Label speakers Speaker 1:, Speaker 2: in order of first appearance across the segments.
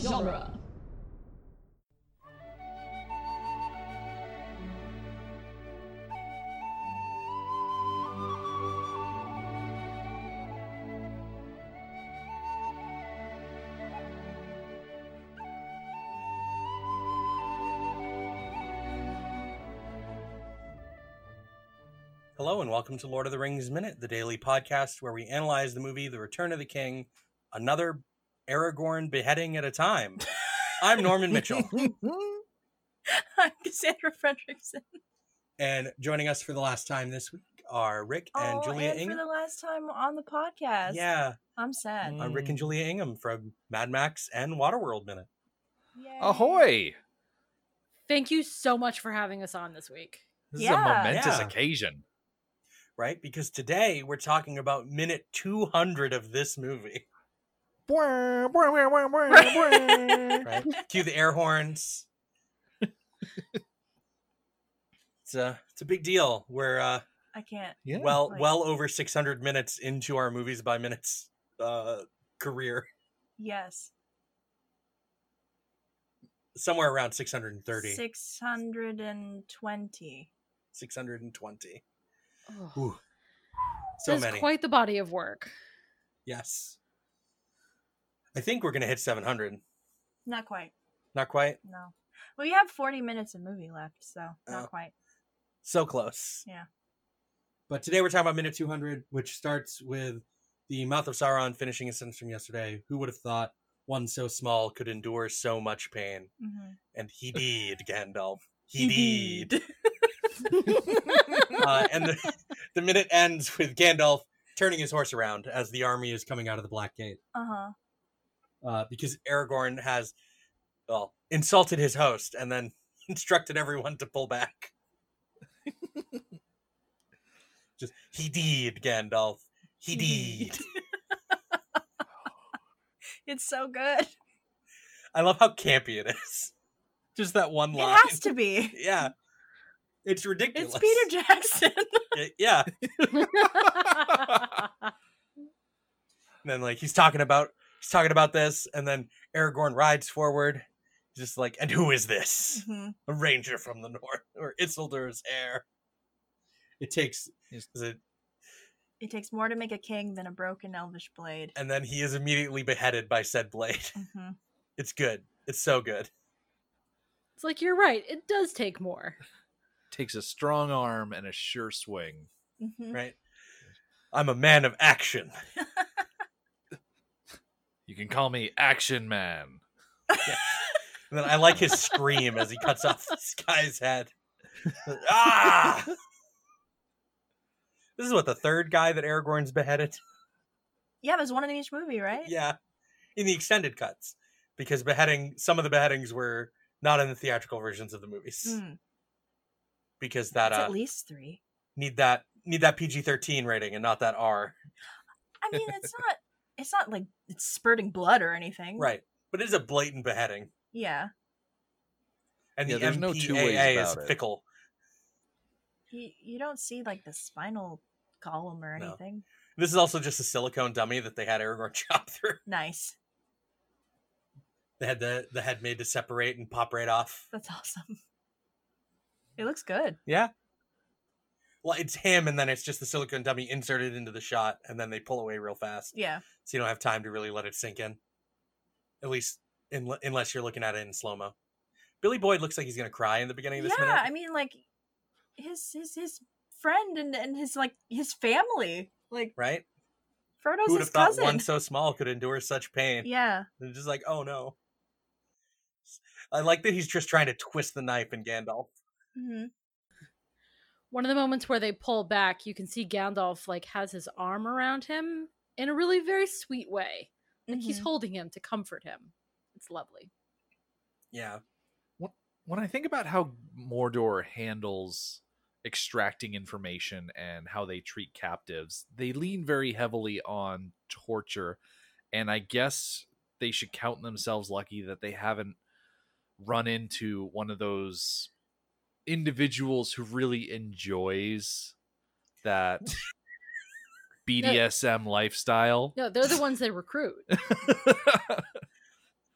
Speaker 1: genre.
Speaker 2: Hello, and welcome to Lord of the Rings Minute, the daily podcast where we analyze the movie The Return of the King, another Aragorn beheading at a time. I'm Norman Mitchell,
Speaker 1: I'm Cassandra Fredrickson.
Speaker 2: and joining us for the last time this week are Rick and
Speaker 1: oh,
Speaker 2: Julia
Speaker 1: and for
Speaker 2: Ingham.
Speaker 1: the last time on the podcast.
Speaker 2: Yeah,
Speaker 1: I'm sad.
Speaker 2: uh, Rick and Julia Ingham from Mad Max and Waterworld Minute.
Speaker 1: Yay.
Speaker 3: Ahoy!
Speaker 4: Thank you so much for having us on this week.
Speaker 3: This is
Speaker 1: Yeah.
Speaker 3: a momentous
Speaker 2: Yeah.
Speaker 3: occasion.
Speaker 2: Right? Because today we're talking about minute 200 of this movie. Right? Cue the air horns. It's a, it's a big deal. We're uh,
Speaker 1: I can't.
Speaker 3: Yeah.
Speaker 2: well
Speaker 1: Like-
Speaker 2: well over 600 minutes into our movies by minutes uh career
Speaker 1: Yes.
Speaker 2: somewhere around 630
Speaker 1: 620.
Speaker 2: 620
Speaker 4: Ugh.
Speaker 2: Ooh, so
Speaker 4: This is
Speaker 2: many
Speaker 4: quite the body of work.
Speaker 2: yes i think we're gonna hit 700
Speaker 1: Not quite.
Speaker 2: not quite
Speaker 1: No. We have 40 minutes of movie left, so not
Speaker 2: Oh.
Speaker 1: quite.
Speaker 2: so close
Speaker 1: Yeah.
Speaker 2: but today we're talking about minute 200 which starts with the mouth of sauron finishing a sentence from yesterday who would have thought one so small could endure so much pain
Speaker 1: Mhm.
Speaker 2: and he did gandalf he, did. uh, and the, the minute ends with Gandalf turning his horse around as the army is coming out of the Black Gate
Speaker 1: Uh-huh.
Speaker 2: uh, because Aragorn has, well, insulted his host and then instructed everyone to pull back. Just, he did, Gandalf. He
Speaker 1: He
Speaker 2: did.
Speaker 1: It's so good.
Speaker 2: I love how campy it is. Just that one line.
Speaker 1: It has to be.
Speaker 2: Yeah. It's ridiculous.
Speaker 1: It's Peter Jackson.
Speaker 2: Y- Yeah. And then like he's talking about he's talking about this, and then Aragorn rides forward, just like, and who is this?
Speaker 1: Mhm.
Speaker 2: A ranger from the north, or Isildur's heir. It takes
Speaker 3: Yes.
Speaker 2: is it,
Speaker 1: It takes more to make a king than a broken elvish blade.
Speaker 2: and then he is immediately beheaded by said blade.
Speaker 1: hmm
Speaker 2: It's good. It's so good.
Speaker 4: it's like you're right. It does take more.
Speaker 3: Takes a strong arm and a sure swing.
Speaker 1: hmm
Speaker 2: Right? I'm a man of action.
Speaker 3: You can call me Action Man.
Speaker 2: And then I like his scream as he cuts off this guy's head. ah! This is what the third guy that Aragorn's beheaded.
Speaker 1: Yeah, there's one in each movie, right?
Speaker 2: Yeah, in the extended cuts because beheading some of the beheadings were not in the theatrical versions of the movies
Speaker 1: Mm.
Speaker 2: because that
Speaker 1: It's
Speaker 2: uh,
Speaker 1: at least three.
Speaker 2: need that need that PG thirteen rating and not that R.
Speaker 1: I mean, it's not. It's not like it's spurting blood or anything.
Speaker 2: Right, but it is a blatant beheading,
Speaker 1: Yeah.
Speaker 2: and
Speaker 3: Yeah,
Speaker 2: the
Speaker 3: there's
Speaker 2: MPAA
Speaker 3: no two ways
Speaker 2: is
Speaker 3: about it.
Speaker 2: fickle.
Speaker 1: You you don't see like the spinal column or
Speaker 2: No.
Speaker 1: anything.
Speaker 2: This is also just a silicone dummy that they had Aragorn chop through.
Speaker 1: Nice.
Speaker 2: They had the the head made to separate and pop right off.
Speaker 1: That's awesome. It looks good.
Speaker 2: Yeah. Well, it's him, and then it's just the silicone dummy inserted into the shot, and then they pull away real fast.
Speaker 1: Yeah.
Speaker 2: so you don't have time to really let it sink in. At least, in, unless you're looking at it in slow mo. Billy Boyd looks like he's gonna cry in the beginning of
Speaker 1: Yeah.
Speaker 2: this
Speaker 1: I
Speaker 2: minute.
Speaker 1: mean, like his his his friend and and his like his family. Like
Speaker 2: Right?
Speaker 1: Frodo's
Speaker 2: Who would have
Speaker 1: his
Speaker 2: thought
Speaker 1: cousin.
Speaker 2: one so small could endure such pain?
Speaker 1: yeah.
Speaker 2: And it's just like, oh no. I like that he's just trying to twist the knife in Gandalf.
Speaker 1: hmm
Speaker 4: One of the moments where they pull back, you can see Gandalf like has his arm around him in a really very sweet way. Like he's
Speaker 1: Mm-hmm.
Speaker 4: holding him to comfort him. It's lovely.
Speaker 2: Yeah.
Speaker 3: When I think about how Mordor handles extracting information and how they treat captives, they lean very heavily on torture. And I guess they should count themselves lucky that they haven't run into one of those individuals who really enjoys that BDSM lifestyle.
Speaker 4: No, they're the ones they recruit.
Speaker 2: You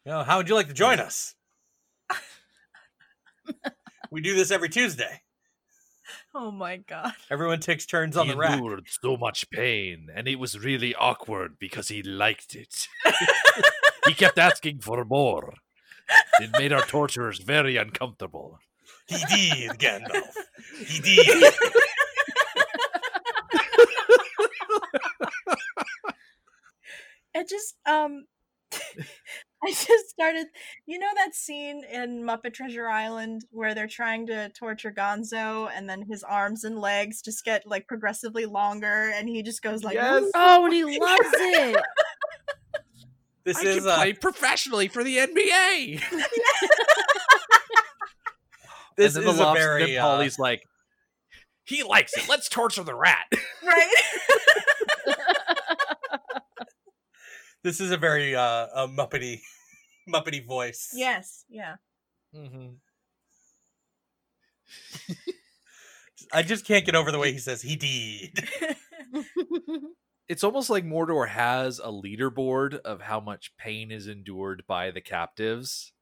Speaker 2: know, "Oh, how would you like to join us? we do this every Tuesday.
Speaker 1: Oh my god.
Speaker 2: Everyone takes turns on the rack.
Speaker 3: so much pain, and it was really awkward because he liked it. he kept asking for more. It made our torturers very uncomfortable.
Speaker 2: He did, Gandalf. He did.
Speaker 1: It just um I just started you know that scene in Muppet Treasure Island where they're trying to torture Gonzo and then his arms and legs just get like progressively longer and he just goes like
Speaker 3: Yes.
Speaker 1: "Ooh."
Speaker 4: Oh, and he loves it.
Speaker 2: This is uh,
Speaker 3: professionally for the NBA.
Speaker 2: this is
Speaker 3: and then the
Speaker 2: a
Speaker 3: lobster,
Speaker 2: very
Speaker 3: then
Speaker 2: uh,
Speaker 3: Polly's like, he likes it. Let's torture the rat.
Speaker 1: right?
Speaker 2: this is a very uh, uh muppety muppety voice.
Speaker 1: yes, yeah.
Speaker 2: Mm-hmm. I just can't get over the way he says he did.
Speaker 3: It's almost like Mordor has a leaderboard of how much pain is endured by the captives.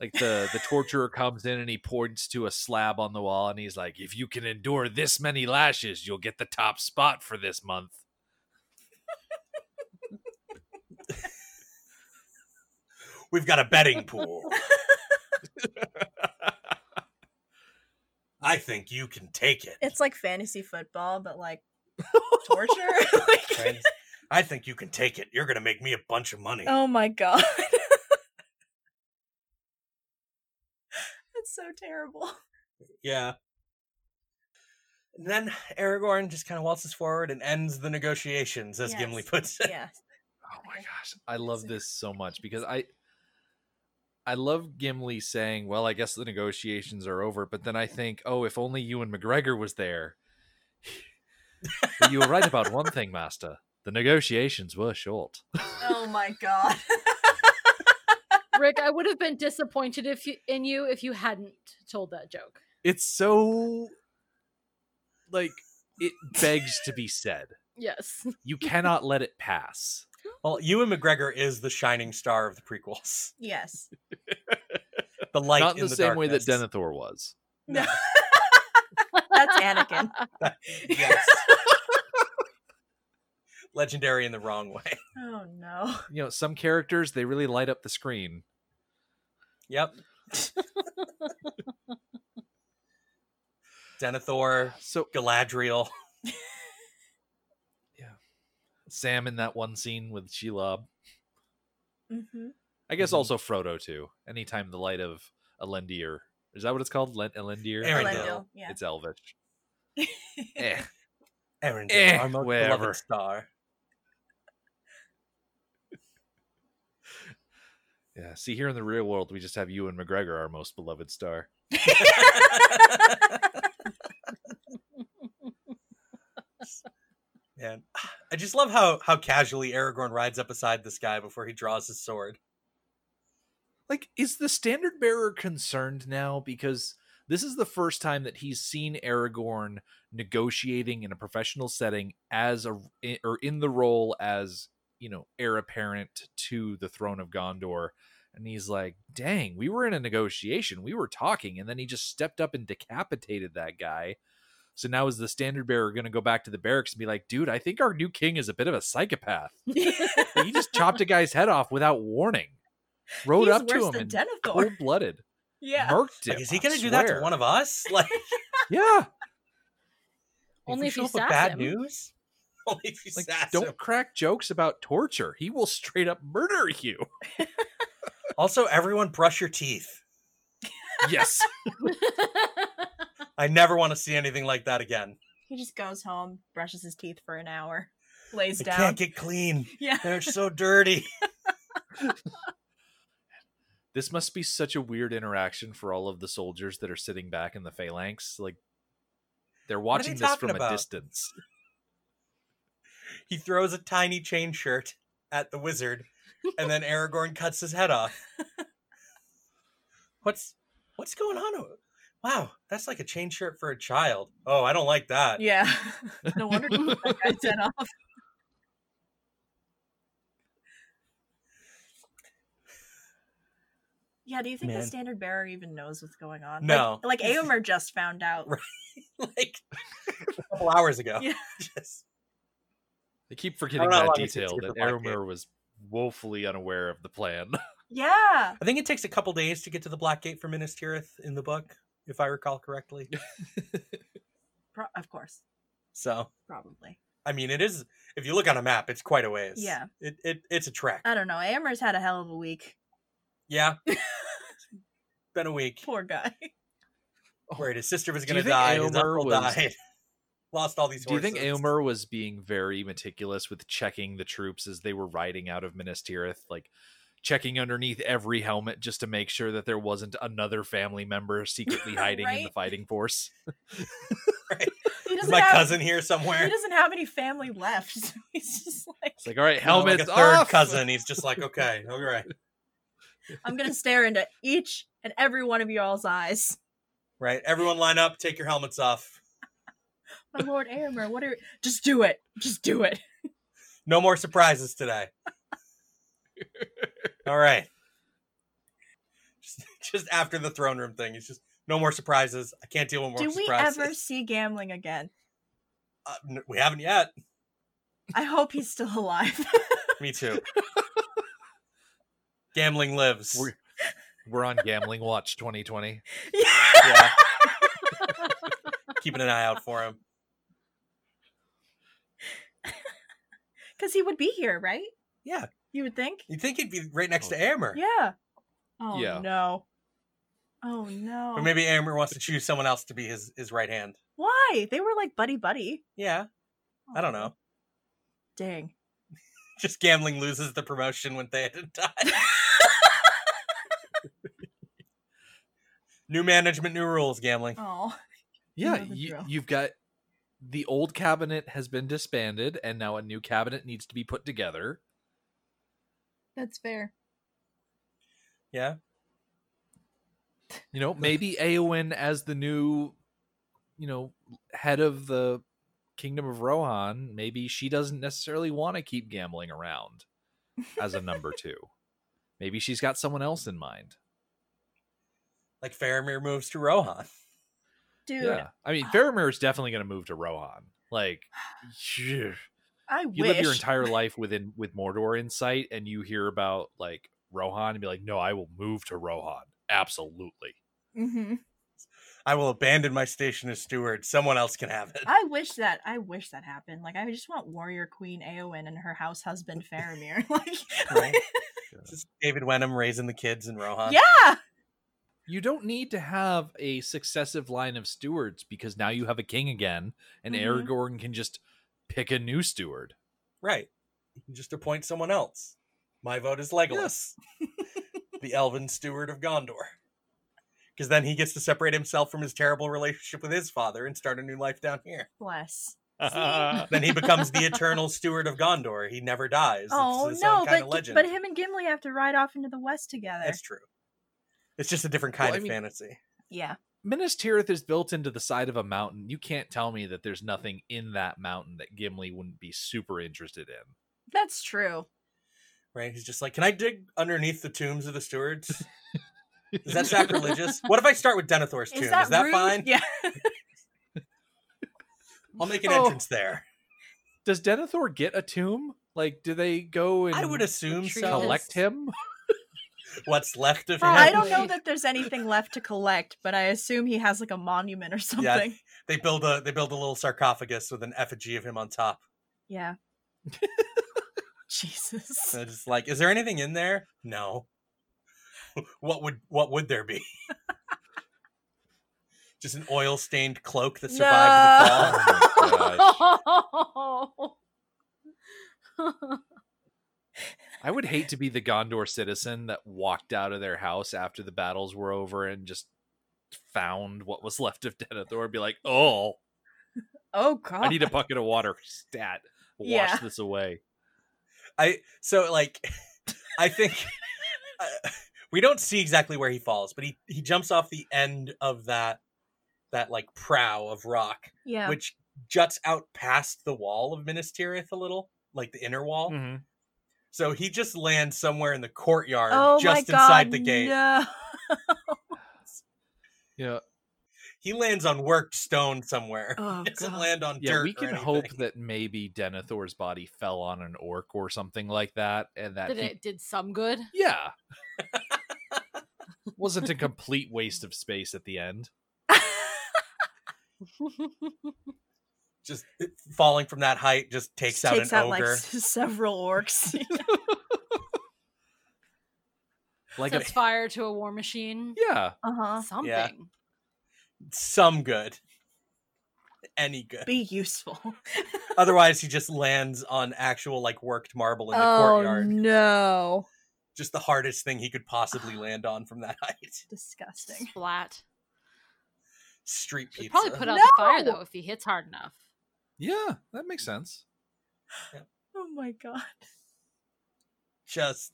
Speaker 3: Like the the torturer comes in and he points to a slab on the wall and he's like, "If you can endure this many lashes, you'll get the top spot for this month."
Speaker 2: We've got a betting pool. I think you can take it.
Speaker 1: It's like fantasy football but like torture.
Speaker 2: friends. I think you can take it. You're gonna make me a bunch of money.
Speaker 1: oh my god. That's so terrible.
Speaker 2: Yeah. And then Aragorn just kind of waltzes forward and ends the negotiations, as Gimli
Speaker 1: Yes.
Speaker 2: puts it.
Speaker 1: Yeah.
Speaker 3: Oh my gosh, I love this so much because I I love Gimli saying, "Well, I guess the negotiations are over," but then I think, "Oh, if only you and McGregor was there." But you were right about one thing, master. The negotiations were short.
Speaker 1: Oh my god.
Speaker 4: Rick, I would have been disappointed if you, in you if you hadn't told that joke.
Speaker 3: It's so like it begs to be said.
Speaker 4: Yes.
Speaker 3: You cannot let it pass.
Speaker 2: Well, Ewan McGregor is the shining star of the prequels.
Speaker 1: yes.
Speaker 2: The light
Speaker 3: Not in
Speaker 2: in
Speaker 3: the, same way that
Speaker 2: darkness.
Speaker 3: Denethor was.
Speaker 1: No. That's Anakin.
Speaker 2: yes. Legendary in the wrong way.
Speaker 1: Oh no.
Speaker 3: You know, some characters they really light up the screen.
Speaker 2: Yep. Denethor,
Speaker 3: So
Speaker 2: Galadriel.
Speaker 3: Sam in that one scene with Shelob.
Speaker 1: Mm-hmm.
Speaker 3: I guess
Speaker 2: Mhm.
Speaker 3: also Frodo too. Anytime the light of Elendir is that what it's called? Len- Elendir.
Speaker 2: Arendelle.
Speaker 1: Elendil, yeah.
Speaker 3: It's Elvish. Eh.
Speaker 2: Erendil,
Speaker 3: Eh,
Speaker 2: our most
Speaker 3: wherever.
Speaker 2: beloved star.
Speaker 3: Yeah. See, here in the real world, we just have you and McGregor, our most beloved star.
Speaker 2: Man, I just love how how casually Aragorn rides up beside this guy before he draws his sword.
Speaker 3: Like, is the standard bearer concerned now? Because this is the first time that he's seen Aragorn negotiating in a professional setting as a i- or in the role as you know heir apparent to the throne of Gondor. And he's like, dang, we were in a negotiation. We were talking. And then he just stepped up and decapitated that guy. So now is the standard bearer going to go back to the barracks and be like, dude, I think our new king is a bit of a psychopath. he just chopped a guy's head off without warning. Rode
Speaker 1: He's
Speaker 3: up to
Speaker 1: worse
Speaker 3: him
Speaker 1: than
Speaker 3: and
Speaker 1: Denethor.
Speaker 3: cold blooded.
Speaker 1: yeah.
Speaker 3: Murked him.
Speaker 2: Like, is he gonna do that to one of us? Like,
Speaker 3: Yeah.
Speaker 4: Only
Speaker 2: we
Speaker 4: if you
Speaker 2: show up with
Speaker 4: sass
Speaker 2: bad
Speaker 4: him.
Speaker 2: news. Only if you
Speaker 3: Like,
Speaker 2: sass
Speaker 3: don't
Speaker 2: him.
Speaker 3: crack jokes about torture. He will straight up murder you.
Speaker 2: Also, everyone brush your teeth.
Speaker 3: Yes.
Speaker 2: I never want to see anything like that again.
Speaker 1: He just goes home, brushes his teeth for an hour, lays
Speaker 2: They
Speaker 1: down.
Speaker 2: can't get clean.
Speaker 1: yeah.
Speaker 2: They're so dirty.
Speaker 3: this must be such a weird interaction for all of the soldiers that are sitting back in the phalanx. Like, they're
Speaker 2: What are
Speaker 3: watching
Speaker 2: they
Speaker 3: this
Speaker 2: talking
Speaker 3: from
Speaker 2: about?
Speaker 3: a distance.
Speaker 2: He throws a tiny chain shirt at the wizard, and then Aragorn cuts his head off. What's what's going on? o- Wow, that's like a chain shirt for a child. Oh, I don't like that.
Speaker 1: Yeah. No wonder he took that guy's head off. Yeah, do you think
Speaker 2: Man.
Speaker 1: the standard bearer even knows what's going on?
Speaker 2: No.
Speaker 1: Like, like Aomer just found out.
Speaker 2: Right. like a couple hours ago.
Speaker 1: Yeah.
Speaker 2: Just-
Speaker 3: They keep forgetting
Speaker 2: know how
Speaker 3: that
Speaker 2: long it takes to
Speaker 3: detail
Speaker 2: get
Speaker 3: that
Speaker 2: the black
Speaker 3: Aramir was woefully unaware of the plan.
Speaker 1: Yeah.
Speaker 2: I think it takes a couple days to get to the Black Gate for Minas Tirith in the book, if I recall correctly.
Speaker 1: Pro- of course.
Speaker 2: So
Speaker 1: Probably.
Speaker 2: I mean it is if you look on a map, it's quite a ways.
Speaker 1: Yeah.
Speaker 2: It, it it's a trek.
Speaker 1: I don't know. Aomer's had a hell of a week.
Speaker 2: Yeah. Been a week.
Speaker 1: Poor guy.
Speaker 2: Worried his sister was
Speaker 3: Do
Speaker 2: gonna
Speaker 3: you think
Speaker 2: die, his
Speaker 3: Aomer
Speaker 2: uncle
Speaker 3: was-
Speaker 2: died. Lost all these
Speaker 3: Do you
Speaker 2: horses.
Speaker 3: think Aomer was being very meticulous with checking the troops as they were riding out of Minas Tirith, like checking underneath every helmet just to make sure that there wasn't another family member secretly hiding in the
Speaker 1: Right?
Speaker 3: fighting force?
Speaker 1: He
Speaker 2: is
Speaker 1: doesn't
Speaker 2: my
Speaker 1: have,
Speaker 2: cousin here
Speaker 1: He
Speaker 2: somewhere?
Speaker 1: doesn't have any family left. So he's just like,
Speaker 3: It's like, all right,
Speaker 2: You know, like
Speaker 3: helmets
Speaker 2: a third
Speaker 3: off!
Speaker 2: cousin. He's just like, okay, all right,
Speaker 1: I'm gonna stare into each and every one of y'all's eyes.
Speaker 2: right. Everyone line up. Take your helmets off.
Speaker 1: My Lord Aomer, what are? Just do it. Just do it.
Speaker 2: No more surprises today. All right. Just, just after the throne room thing, it's just no more surprises. I can't deal with more
Speaker 1: Do we
Speaker 2: surprises.
Speaker 1: ever see gambling again?
Speaker 2: Uh, n- we haven't yet.
Speaker 1: I hope he's still alive.
Speaker 2: Me too. Gambling lives.
Speaker 3: We're, we're on Gambling Watch 2020.
Speaker 1: yeah.
Speaker 2: Yeah. Keeping an eye out for him.
Speaker 1: Because he would be here, right?
Speaker 2: Yeah.
Speaker 1: You would think.
Speaker 2: You'd think he'd be right next to Amber.
Speaker 1: Yeah. Oh
Speaker 3: Yeah.
Speaker 1: no. Oh no.
Speaker 2: Or maybe Amber wants to choose someone else to be his, his right hand.
Speaker 1: Why? They were like buddy buddy.
Speaker 2: Yeah. I don't know.
Speaker 1: Dang.
Speaker 2: Just gambling loses the promotion when Theoden died. new management, new rules, gambling.
Speaker 1: Oh.
Speaker 3: Yeah,
Speaker 1: know the
Speaker 3: you,
Speaker 1: drill.
Speaker 3: you've got the old cabinet has been disbanded, and now a new cabinet needs to be put together.
Speaker 1: That's fair.
Speaker 2: Yeah.
Speaker 3: You know, maybe Aowen as the new, you know, head of the Kingdom of Rohan, maybe she doesn't necessarily want to keep gambling around as a number two. Maybe she's got someone else in mind.
Speaker 2: Like Faramir moves to Rohan.
Speaker 1: Dude, uh,
Speaker 3: Yeah. I mean, Faramir is definitely going to move to Rohan. Like, you
Speaker 1: I wish.
Speaker 3: live your entire life within with Mordor in sight, and you hear about like Rohan and be like, no, I will move to Rohan. Absolutely.
Speaker 1: hmm
Speaker 2: I will abandon my station as steward. Someone else can have it.
Speaker 1: I wish that I wish that happened. Like I just want Warrior Queen Aowen and her house husband Faramir. like
Speaker 2: Right? Just David Wenham raising the kids in Rohan.
Speaker 1: Yeah.
Speaker 3: you don't need to have a successive line of stewards because now you have a king again and
Speaker 1: Mhm.
Speaker 2: Mm-hmm.
Speaker 3: aragorn can just pick a new steward
Speaker 2: Right. You can just appoint someone else. My vote is Legolas, the elven steward of Gondor. Because then he gets to separate himself from his terrible relationship with his father and start a new life down here.
Speaker 1: Bless.
Speaker 2: then he becomes the eternal steward of Gondor. He never dies.
Speaker 1: oh
Speaker 2: it's his
Speaker 1: no,
Speaker 2: own kind
Speaker 1: but
Speaker 2: of legend.
Speaker 1: but him and Gimli have to ride off into the west together.
Speaker 2: That's true. It's just a different kind
Speaker 3: Well, I
Speaker 2: of
Speaker 3: mean-
Speaker 2: fantasy.
Speaker 1: yeah.
Speaker 3: minas tirith is built into the side of a mountain you can't tell me that there's nothing in that mountain that gimli wouldn't be super interested in
Speaker 1: That's true.
Speaker 2: Right? He's just like, Can I dig underneath the tombs of the stewards? Is that sacrilegious? what if I start with Denethor's tomb?
Speaker 1: Is that,
Speaker 2: Is that
Speaker 1: rude?
Speaker 2: fine?
Speaker 1: Yeah.
Speaker 2: I'll make an
Speaker 3: Oh.
Speaker 2: entrance there.
Speaker 3: does denethor get a tomb like do they go and
Speaker 2: I would assume
Speaker 4: Tree
Speaker 2: so.
Speaker 4: is-
Speaker 3: collect him
Speaker 2: What's left of him.
Speaker 1: I don't know that there's anything left to collect, but I assume he has like a monument or something. Yeah.
Speaker 2: They build a they build a little sarcophagus with an effigy of him on top.
Speaker 1: Jesus.
Speaker 2: And it's just like, is there anything in there? No. what would what would there be? just an oil stained cloak that survived the fall.
Speaker 1: No.
Speaker 3: i would hate to be the gondor citizen that walked out of their house after the battles were over and just found what was left of denethor and be like oh
Speaker 1: Oh god.
Speaker 3: I need a bucket of water. Stat. Wash
Speaker 1: Yeah.
Speaker 3: this away.
Speaker 2: I so like I think uh, we don't see exactly where he falls, but he he jumps off the end of that that like prow of rock,
Speaker 1: yeah.
Speaker 2: which Mm-hmm. juts out past the wall of Minas Tirith a little, like the inner wall. So he just lands somewhere in the courtyard,
Speaker 4: oh my
Speaker 2: just
Speaker 4: god,
Speaker 2: inside the gate.
Speaker 4: No.
Speaker 3: Yeah,
Speaker 2: He lands on worked stone somewhere.
Speaker 4: Oh,
Speaker 2: He doesn't
Speaker 4: God.
Speaker 2: land on
Speaker 3: yeah.
Speaker 2: dirt.
Speaker 3: we
Speaker 2: or
Speaker 3: can
Speaker 2: anything.
Speaker 3: hope that maybe Denethor's body fell on an orc or something like that, and that
Speaker 4: That
Speaker 3: he-
Speaker 4: it did some good.
Speaker 3: yeah wasn't a complete waste of space at the end.
Speaker 2: just falling from that height just takes out
Speaker 1: takes
Speaker 2: an
Speaker 1: out like
Speaker 2: ogre.
Speaker 1: s- several orcs.
Speaker 3: Like a
Speaker 4: Sets fire to a war machine.
Speaker 3: yeah,
Speaker 1: uh huh.
Speaker 4: Something.
Speaker 2: Some good. Any good.
Speaker 1: Be useful.
Speaker 2: Otherwise, he just lands on actual like worked marble in the
Speaker 1: Oh,
Speaker 2: courtyard.
Speaker 1: no!
Speaker 2: Just the hardest thing he could possibly land on from that height.
Speaker 1: Disgusting.
Speaker 4: Splat.
Speaker 2: Street
Speaker 4: Should
Speaker 2: pizza.
Speaker 4: probably put out the fire
Speaker 1: No!
Speaker 4: though if he hits hard enough.
Speaker 3: yeah, that makes sense.
Speaker 1: Oh my god.
Speaker 2: just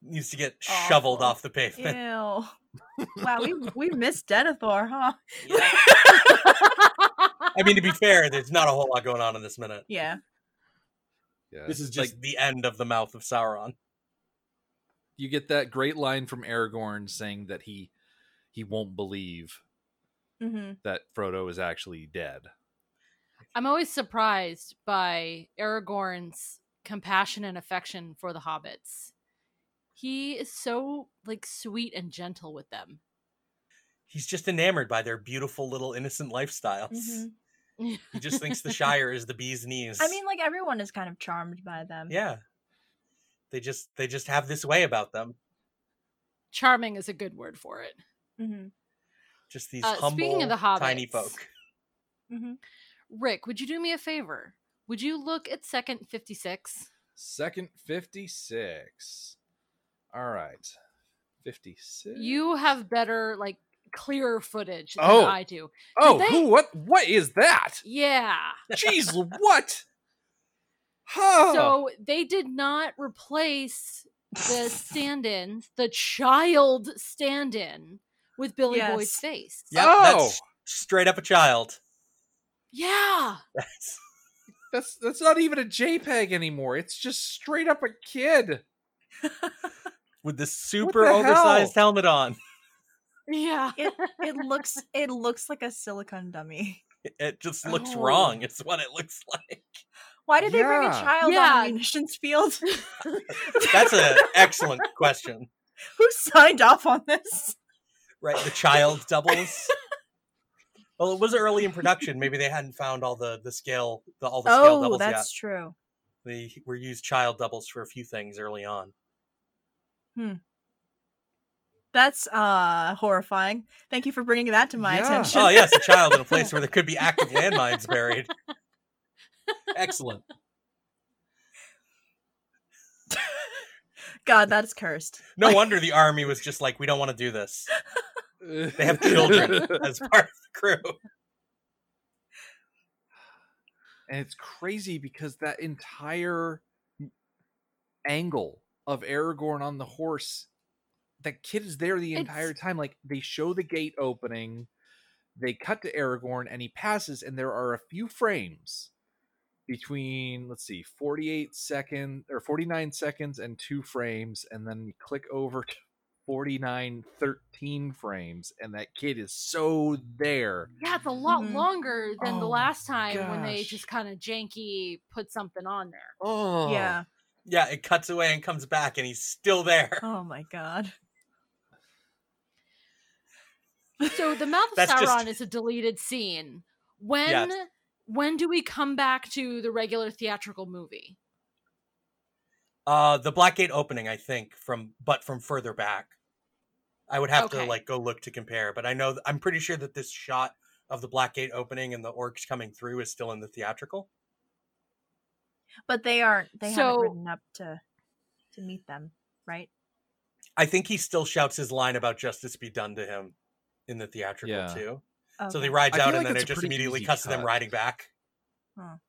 Speaker 2: needs to get shoveled
Speaker 1: Awful.
Speaker 2: off the
Speaker 1: Ew.
Speaker 2: pavement.
Speaker 1: wow, we we missed Denethor, huh?
Speaker 2: I mean, to be fair, there's not a whole lot going on in this minute.
Speaker 1: Yeah.
Speaker 3: Yeah.
Speaker 2: This is just the end of the mouth of Sauron.
Speaker 3: you get that great line from Aragorn saying that he he won't believe
Speaker 1: Mm-hmm.
Speaker 3: that Frodo is actually dead.
Speaker 4: I'm always surprised by Aragorn's compassion and affection for the hobbits. He is so like sweet and gentle with them.
Speaker 2: He's just enamored by their beautiful little innocent lifestyles.
Speaker 4: Mm-hmm.
Speaker 2: He just thinks the Shire is the bee's knees.
Speaker 1: Mm-hmm. I mean, like everyone is kind of charmed by them.
Speaker 2: yeah, they just they just have this way about them.
Speaker 4: charming is a good word for it.
Speaker 1: hmm
Speaker 2: Just these
Speaker 4: Uh,
Speaker 2: humble,
Speaker 4: speaking of the
Speaker 2: tiny
Speaker 4: hobbits,
Speaker 2: folk.
Speaker 1: hmm
Speaker 4: Rick, would you do me a favor? Would you look at second 56?
Speaker 3: Second 56. All right. 56.
Speaker 4: You have better, like, clearer footage than
Speaker 3: Oh.
Speaker 4: I do.
Speaker 3: Oh,
Speaker 4: they-
Speaker 3: who what what is that?
Speaker 4: Yeah.
Speaker 3: Jeez, what? Huh.
Speaker 4: So they did not replace the stand in, the child stand in, with Billy
Speaker 1: Yes.
Speaker 4: Boyd's face.
Speaker 2: Yep,
Speaker 3: Oh.
Speaker 2: that's straight up a child.
Speaker 4: Yeah.
Speaker 2: That's-
Speaker 3: that's that's not even a JPEG anymore. It's just straight up a kid.
Speaker 2: With this super
Speaker 3: the
Speaker 2: oversized helmet on,
Speaker 4: Yeah.
Speaker 1: It it looks it looks like a silicone dummy.
Speaker 2: it just looks
Speaker 4: Oh.
Speaker 2: wrong. It's what it looks like.
Speaker 1: Why did they bring a
Speaker 3: Yeah.
Speaker 1: child
Speaker 4: Yeah.
Speaker 1: on a munitions field?
Speaker 2: That's an excellent question.
Speaker 1: Who signed off on this?
Speaker 2: right? The child doubles. well, it was early in production. Maybe they hadn't found all the the scale, the, all the scale
Speaker 1: Oh,
Speaker 2: doubles
Speaker 1: that's true.
Speaker 2: yet. They were used child doubles for a few things early on.
Speaker 1: That's uh horrifying. Thank you for bringing that to my
Speaker 3: Yeah.
Speaker 1: attention.
Speaker 2: Oh yes, a child in a place where there could be active landmines buried. Excellent.
Speaker 1: God, that is cursed.
Speaker 2: No wonder the army was just like, we don't want to do this.
Speaker 3: They
Speaker 2: They have children as part of the crew.
Speaker 3: and it's crazy because that entire angle of Aragorn on the horse, that kid is there the entire
Speaker 4: It's-
Speaker 3: time. Like they show the gate opening, they cut to Aragorn, and he passes, and there are a few frames between let's see 48 second or 49 seconds and two frames and then you click over to 49 13 frames and that kid is so there
Speaker 4: Yeah, it's a lot
Speaker 1: Mhm.
Speaker 4: longer than the
Speaker 3: Mm-hmm. Oh my
Speaker 4: last time when they
Speaker 3: gosh.
Speaker 4: just kind of janky put something on there.
Speaker 3: oh
Speaker 1: Yeah.
Speaker 2: Yeah, it cuts away and comes back, and he's still there.
Speaker 1: Oh my god.
Speaker 4: So the mouth of
Speaker 2: That's
Speaker 4: Sauron
Speaker 2: just-
Speaker 4: is a deleted scene. When
Speaker 2: Yes.
Speaker 4: when do we come back to the regular theatrical movie?
Speaker 2: Uh, the Black Gate opening, I think, from but from further back. I would have to
Speaker 4: Okay.
Speaker 2: like go look to compare, but I know th- I'm pretty sure that this shot of the Black Gate opening and the orcs coming through is still in the theatrical.
Speaker 1: But they aren't they
Speaker 4: So-
Speaker 1: haven't ridden up to to meet them, right?
Speaker 2: I think he still shouts his line about justice be done to him in the theatrical
Speaker 3: Yeah.
Speaker 2: too.
Speaker 1: Okay.
Speaker 2: So they rides
Speaker 3: I feel
Speaker 2: out,
Speaker 3: like
Speaker 2: and then
Speaker 3: it's
Speaker 2: it
Speaker 3: a
Speaker 2: just
Speaker 3: pretty
Speaker 2: immediately
Speaker 3: easy
Speaker 2: cuts to them
Speaker 3: cut.
Speaker 2: riding back.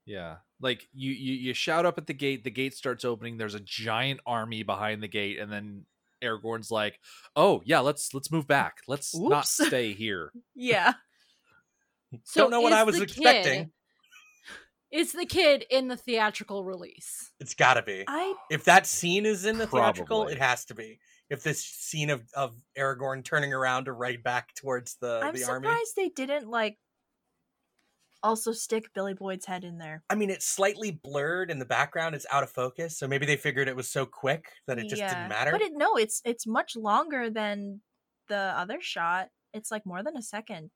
Speaker 3: Yeah. Like you, you you shout up at the gate, the gate starts opening, there's a giant army behind the gate, and then Aragorn's like, Oh yeah, let's let's move back. Let's not
Speaker 1: Oops.
Speaker 3: stay here.
Speaker 1: Yeah.
Speaker 4: So
Speaker 2: Don't know what I
Speaker 4: is
Speaker 2: was
Speaker 4: the
Speaker 2: expecting.
Speaker 4: kid- Is the kid in the theatrical release?
Speaker 2: It's got to be.
Speaker 1: I
Speaker 2: If that scene is in the theatrical,
Speaker 3: Probably.
Speaker 2: it has to be. If this scene of, of Aragorn turning around to right back towards the,
Speaker 1: I'm
Speaker 2: the
Speaker 1: surprised
Speaker 2: army.
Speaker 1: they didn't like also stick Billy Boyd's head in there.
Speaker 2: I mean, it's slightly blurred in the background. It's out of focus. So maybe they figured it was so quick that it just didn't matter.
Speaker 1: But it, no, it's it's much longer than the other shot. It's like more than a second.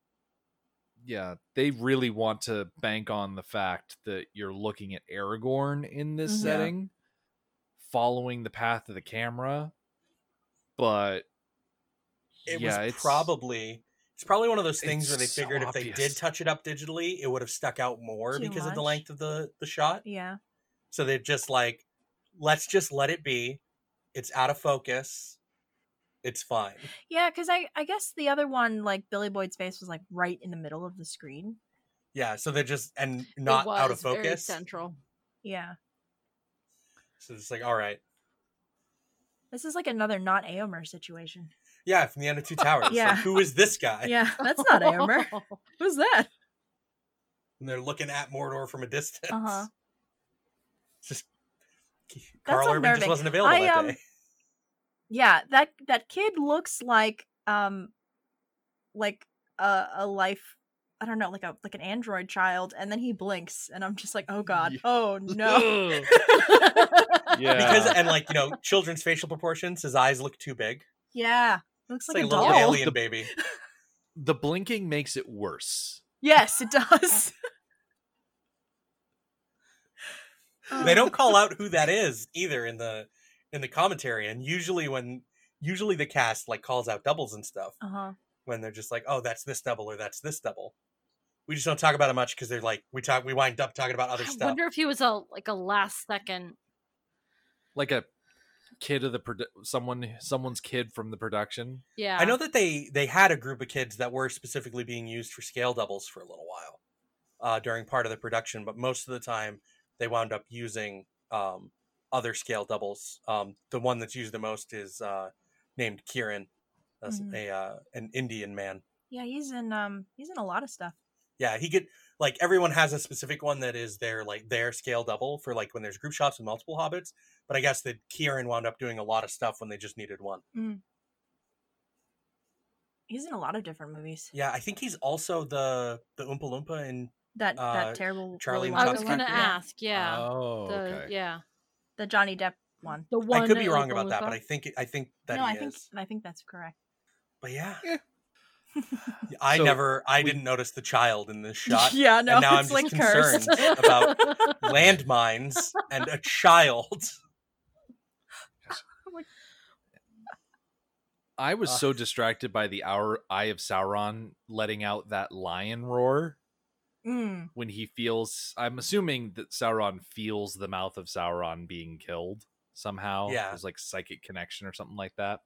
Speaker 3: yeah, they really want to bank on the fact that you're looking at Aragorn in this
Speaker 1: Mhm. Yeah.
Speaker 3: setting, following the path of the camera. But
Speaker 2: it
Speaker 3: yeah,
Speaker 2: was
Speaker 3: it's
Speaker 2: probably it's probably one of those things where they
Speaker 3: it's so
Speaker 2: figured if they did
Speaker 3: obvious.
Speaker 2: touch it up digitally, it would have stuck out more
Speaker 1: Too
Speaker 2: because of the
Speaker 1: much.
Speaker 2: length of the the shot.
Speaker 1: Yeah.
Speaker 2: So they're just like, let's just let it be. It's out of focus. It's fine.
Speaker 1: Yeah, because I I guess the other one, like Billy Boyd's face was like right in the middle of the screen.
Speaker 2: Yeah. So they're just and
Speaker 4: It
Speaker 2: not out of
Speaker 4: was very
Speaker 2: focus.
Speaker 4: central.
Speaker 1: Yeah.
Speaker 2: So it's like, all right,
Speaker 1: This is like another not Aomer situation.
Speaker 2: yeah, from the end of Two Towers. like,
Speaker 1: Yeah.
Speaker 2: who is this guy?
Speaker 1: yeah, that's not Aomer. Who's that?
Speaker 2: And they're looking at Mordor from a distance.
Speaker 1: Uh-huh.
Speaker 2: It's just Carl Urban just
Speaker 1: unnerving.
Speaker 2: wasn't available
Speaker 1: I,
Speaker 2: that
Speaker 1: um,
Speaker 2: day.
Speaker 1: yeah that that kid looks like um like a, a life i don't know like a like an android child and then he blinks and i'm just like oh god
Speaker 3: Yeah.
Speaker 1: oh no
Speaker 3: yeah,
Speaker 2: Because and like you know, children's facial proportions, his eyes look too big.
Speaker 1: yeah looks
Speaker 2: It's
Speaker 1: like a
Speaker 2: little
Speaker 1: doll
Speaker 2: alien
Speaker 3: The-
Speaker 2: baby.
Speaker 3: the blinking makes it worse.
Speaker 1: yes it does Uh,
Speaker 2: they don't call out who that is either in the in the commentary and usually when usually the cast like calls out doubles and stuff
Speaker 1: uh-huh
Speaker 2: when they're just like oh that's this double or that's this double we just don't talk about it much because they're like we talk we wind up talking about other
Speaker 4: I
Speaker 2: stuff
Speaker 4: wonder if he was a like a last second.
Speaker 3: Like a kid of the produ- someone someone's kid from the production.
Speaker 4: Yeah,
Speaker 2: i know that they they had a group of kids that were specifically being used for scale doubles for a little while uh during part of the production but most of the time they wound up using um other scale doubles um the one that's used the most is uh named kieran that's
Speaker 1: Mhm.
Speaker 2: a uh, an indian man
Speaker 1: yeah he's in um he's in a lot of stuff
Speaker 2: Yeah, he could like everyone has a specific one that is their like their scale double for like when there's group shots with multiple hobbits. But I guess that Kieran wound up doing a lot of stuff when they just needed one.
Speaker 1: he's in a lot of different movies
Speaker 2: Yeah, I think he's also the the Oompa Loompa and
Speaker 1: that
Speaker 2: Uh,
Speaker 1: that terrible
Speaker 2: Charlie
Speaker 1: Willy
Speaker 2: and the
Speaker 4: I
Speaker 1: Wonka
Speaker 4: was
Speaker 2: Chocolate
Speaker 1: one.
Speaker 4: gonna
Speaker 2: Factory.
Speaker 4: ask. Yeah,
Speaker 3: Oh,
Speaker 4: the,
Speaker 3: okay.
Speaker 4: yeah,
Speaker 1: the johnny depp one
Speaker 4: the one.
Speaker 2: I could be
Speaker 4: in
Speaker 2: wrong
Speaker 4: Oompa
Speaker 2: about that, but
Speaker 4: Loompa.
Speaker 2: I think it- I think that
Speaker 1: no
Speaker 2: he
Speaker 1: i think
Speaker 2: is.
Speaker 1: i think that's correct
Speaker 2: But yeah,
Speaker 3: Yeah.
Speaker 2: I
Speaker 3: So
Speaker 2: never I
Speaker 3: we-
Speaker 2: didn't notice the child in this shot.
Speaker 1: yeah no
Speaker 2: and now I'm
Speaker 1: it's
Speaker 2: just
Speaker 1: like
Speaker 2: concerned
Speaker 1: cursed
Speaker 2: about landmines and a child.
Speaker 3: I was
Speaker 2: Ugh.
Speaker 3: so distracted by the hour Eye of Sauron letting out that lion roar
Speaker 1: Mm,
Speaker 3: when he feels. I'm assuming that Sauron feels the mouth of Sauron being killed somehow.
Speaker 2: Yeah.
Speaker 3: there's like psychic connection or something like that.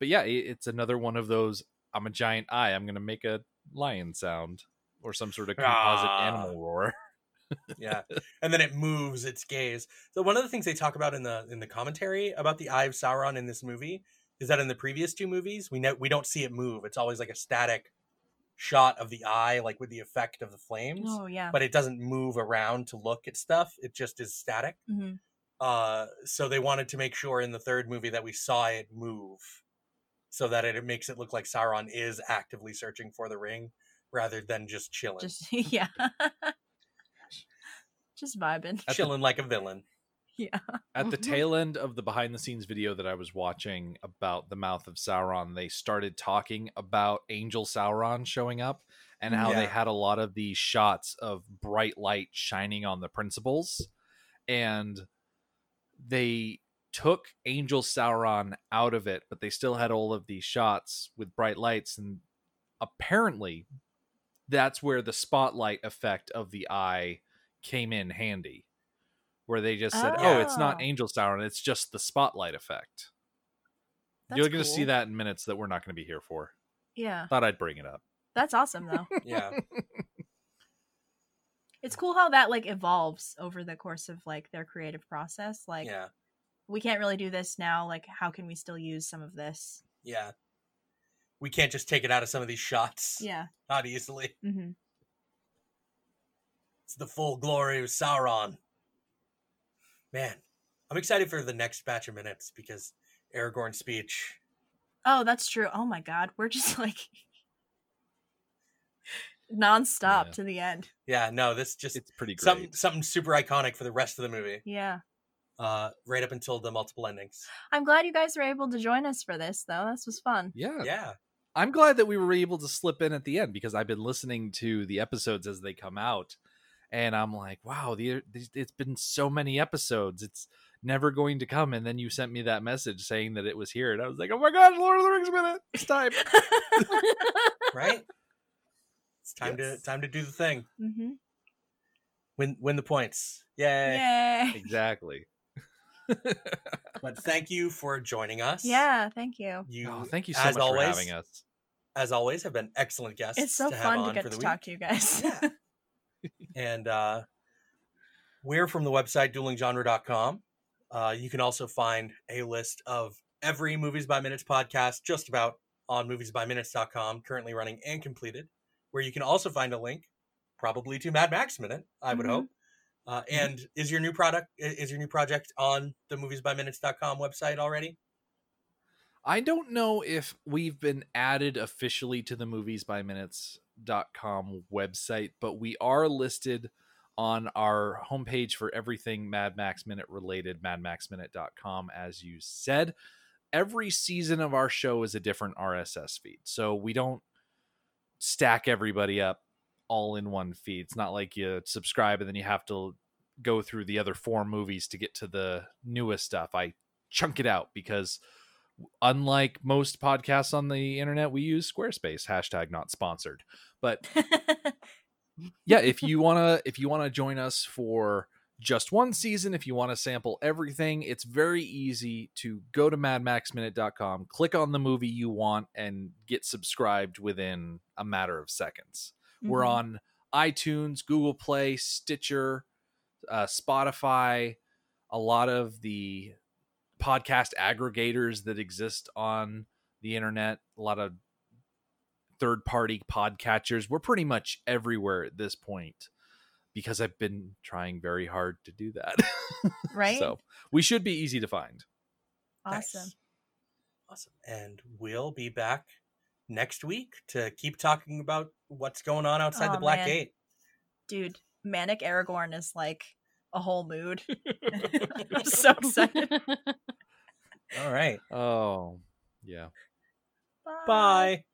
Speaker 3: But yeah, i- it's another one of those. I'm a giant eye. I'm gonna make a lion sound or some sort of composite
Speaker 2: Ah.
Speaker 3: animal roar.
Speaker 2: yeah and then it moves its gaze so one of the things they talk about in the in the commentary about the eye of sauron in this movie is that in the previous two movies we know we don't see it move it's always like a static shot of the eye like with the effect of the flames
Speaker 1: oh yeah
Speaker 2: but it doesn't move around to look at stuff it just is static
Speaker 1: hmm
Speaker 2: uh so they wanted to make sure in the third movie that we saw it move so that it, it makes it look like sauron is actively searching for the ring rather than just chilling
Speaker 1: just yeah just
Speaker 3: At
Speaker 1: vibing
Speaker 3: the-
Speaker 2: Uh, chilling like a villain
Speaker 3: At the
Speaker 4: Mhm.
Speaker 3: tail end of the behind the scenes video that I was watching about the mouth of Sauron, they started talking about Angel Sauron showing up and how they
Speaker 2: Yeah.
Speaker 3: had a lot of these shots of bright light shining on the principals. And they took Angel Sauron out of it, but they still had all of these shots with bright lights. And apparently, that's where the spotlight effect of the eye came in handy, where they just said, oh, it's not
Speaker 1: Oh.
Speaker 3: Angel Sauron, it's just the spotlight effect. You're
Speaker 1: That's
Speaker 3: going to see
Speaker 1: cool.
Speaker 3: that in minutes that we're not going to be here for.
Speaker 1: yeah
Speaker 3: Thought I'd bring it up.
Speaker 1: that's awesome though
Speaker 2: yeah
Speaker 1: it's cool how that like evolves over the course of like their creative process like
Speaker 2: yeah
Speaker 1: we can't really do this now like how can we still use some of this
Speaker 2: Yeah. We can't just take it out of some of these shots.
Speaker 1: yeah
Speaker 2: Not easily.
Speaker 1: mm-hmm.
Speaker 2: It's the full glory of Sauron. Man, I'm excited for the next batch of minutes because Aragorn's speech.
Speaker 1: Oh, that's true. Oh my god, we're just like nonstop
Speaker 3: Yeah.
Speaker 1: to the end.
Speaker 2: Yeah, no, this just
Speaker 3: It's pretty great.
Speaker 2: something something super iconic for the rest of the movie.
Speaker 1: Yeah.
Speaker 2: Uh, right up until the multiple endings.
Speaker 1: I'm glad you guys were able to join us for this though. This was fun.
Speaker 3: yeah.
Speaker 2: Yeah.
Speaker 3: I'm glad that we were able to slip in at the end because I've been listening to the episodes as they come out, and I'm like, wow, the, e-, these- it's been so many episodes. It's never going to come. And then you sent me that message saying that it was here, and I was like, oh my god, Lord of the Rings minute, it's time.
Speaker 2: Right? It's time
Speaker 3: Yes.
Speaker 2: to time to do the thing.
Speaker 1: mm-hmm.
Speaker 2: Win win the points. Yay.
Speaker 1: Yay.
Speaker 3: exactly.
Speaker 2: But thank you for joining us.
Speaker 1: Yeah, thank you.
Speaker 2: You
Speaker 3: Oh, thank you so
Speaker 2: as
Speaker 3: much
Speaker 2: always,
Speaker 3: for having us.
Speaker 2: As always, have been excellent guests.
Speaker 1: It's so
Speaker 2: to have
Speaker 1: fun
Speaker 2: on
Speaker 1: to
Speaker 2: for
Speaker 1: get
Speaker 2: the
Speaker 1: to
Speaker 2: week.
Speaker 1: talk to you guys.
Speaker 2: Yeah. and uh, we're from the website duelinggenre.com. Uh, you can also find a list of every Movies by Minutes podcast just about on moviesbyminutes.com, currently running and completed, where you can also find a link probably to Mad Max Minute, I would
Speaker 1: Mhm.
Speaker 2: hope. Uh,
Speaker 1: Mm-hmm.
Speaker 2: and is your new product i- is your new project on the moviesbyminutes.com website already?
Speaker 3: I don't know if we've been added officially to the moviesbyminutes.com website, but we are listed on our homepage for everything Mad Max Minute related, madmaxminute.com, as you said. Every season of our show is a different RSS feed. So we don't stack everybody up all in one feed. It's not like you subscribe and then you have to go through the other four movies to get to the newest stuff. I chunk it out because unlike most podcasts on the internet, we use Squarespace, hashtag not sponsored. But yeah if you want to if you want to join us for just one season if you want to sample everything it's very easy to go to madmaxminute.com click on the movie you want and get subscribed within a matter of seconds we're
Speaker 1: Mhm.
Speaker 3: on itunes google play stitcher uh, spotify a lot of the podcast aggregators that exist on the internet a lot of third party podcatchers. We're pretty much everywhere at this point because I've been trying very hard to do that.
Speaker 1: Right?
Speaker 3: so we should be easy to find.
Speaker 2: Nice.
Speaker 1: Awesome.
Speaker 2: Awesome. And we'll be back next week to keep talking about what's going on outside the
Speaker 1: Aw,
Speaker 2: Black
Speaker 1: man.
Speaker 2: Gate.
Speaker 1: Dude, Manic Aragorn is like a whole mood. I'm so excited.
Speaker 2: All right.
Speaker 3: Oh, yeah.
Speaker 2: Bye.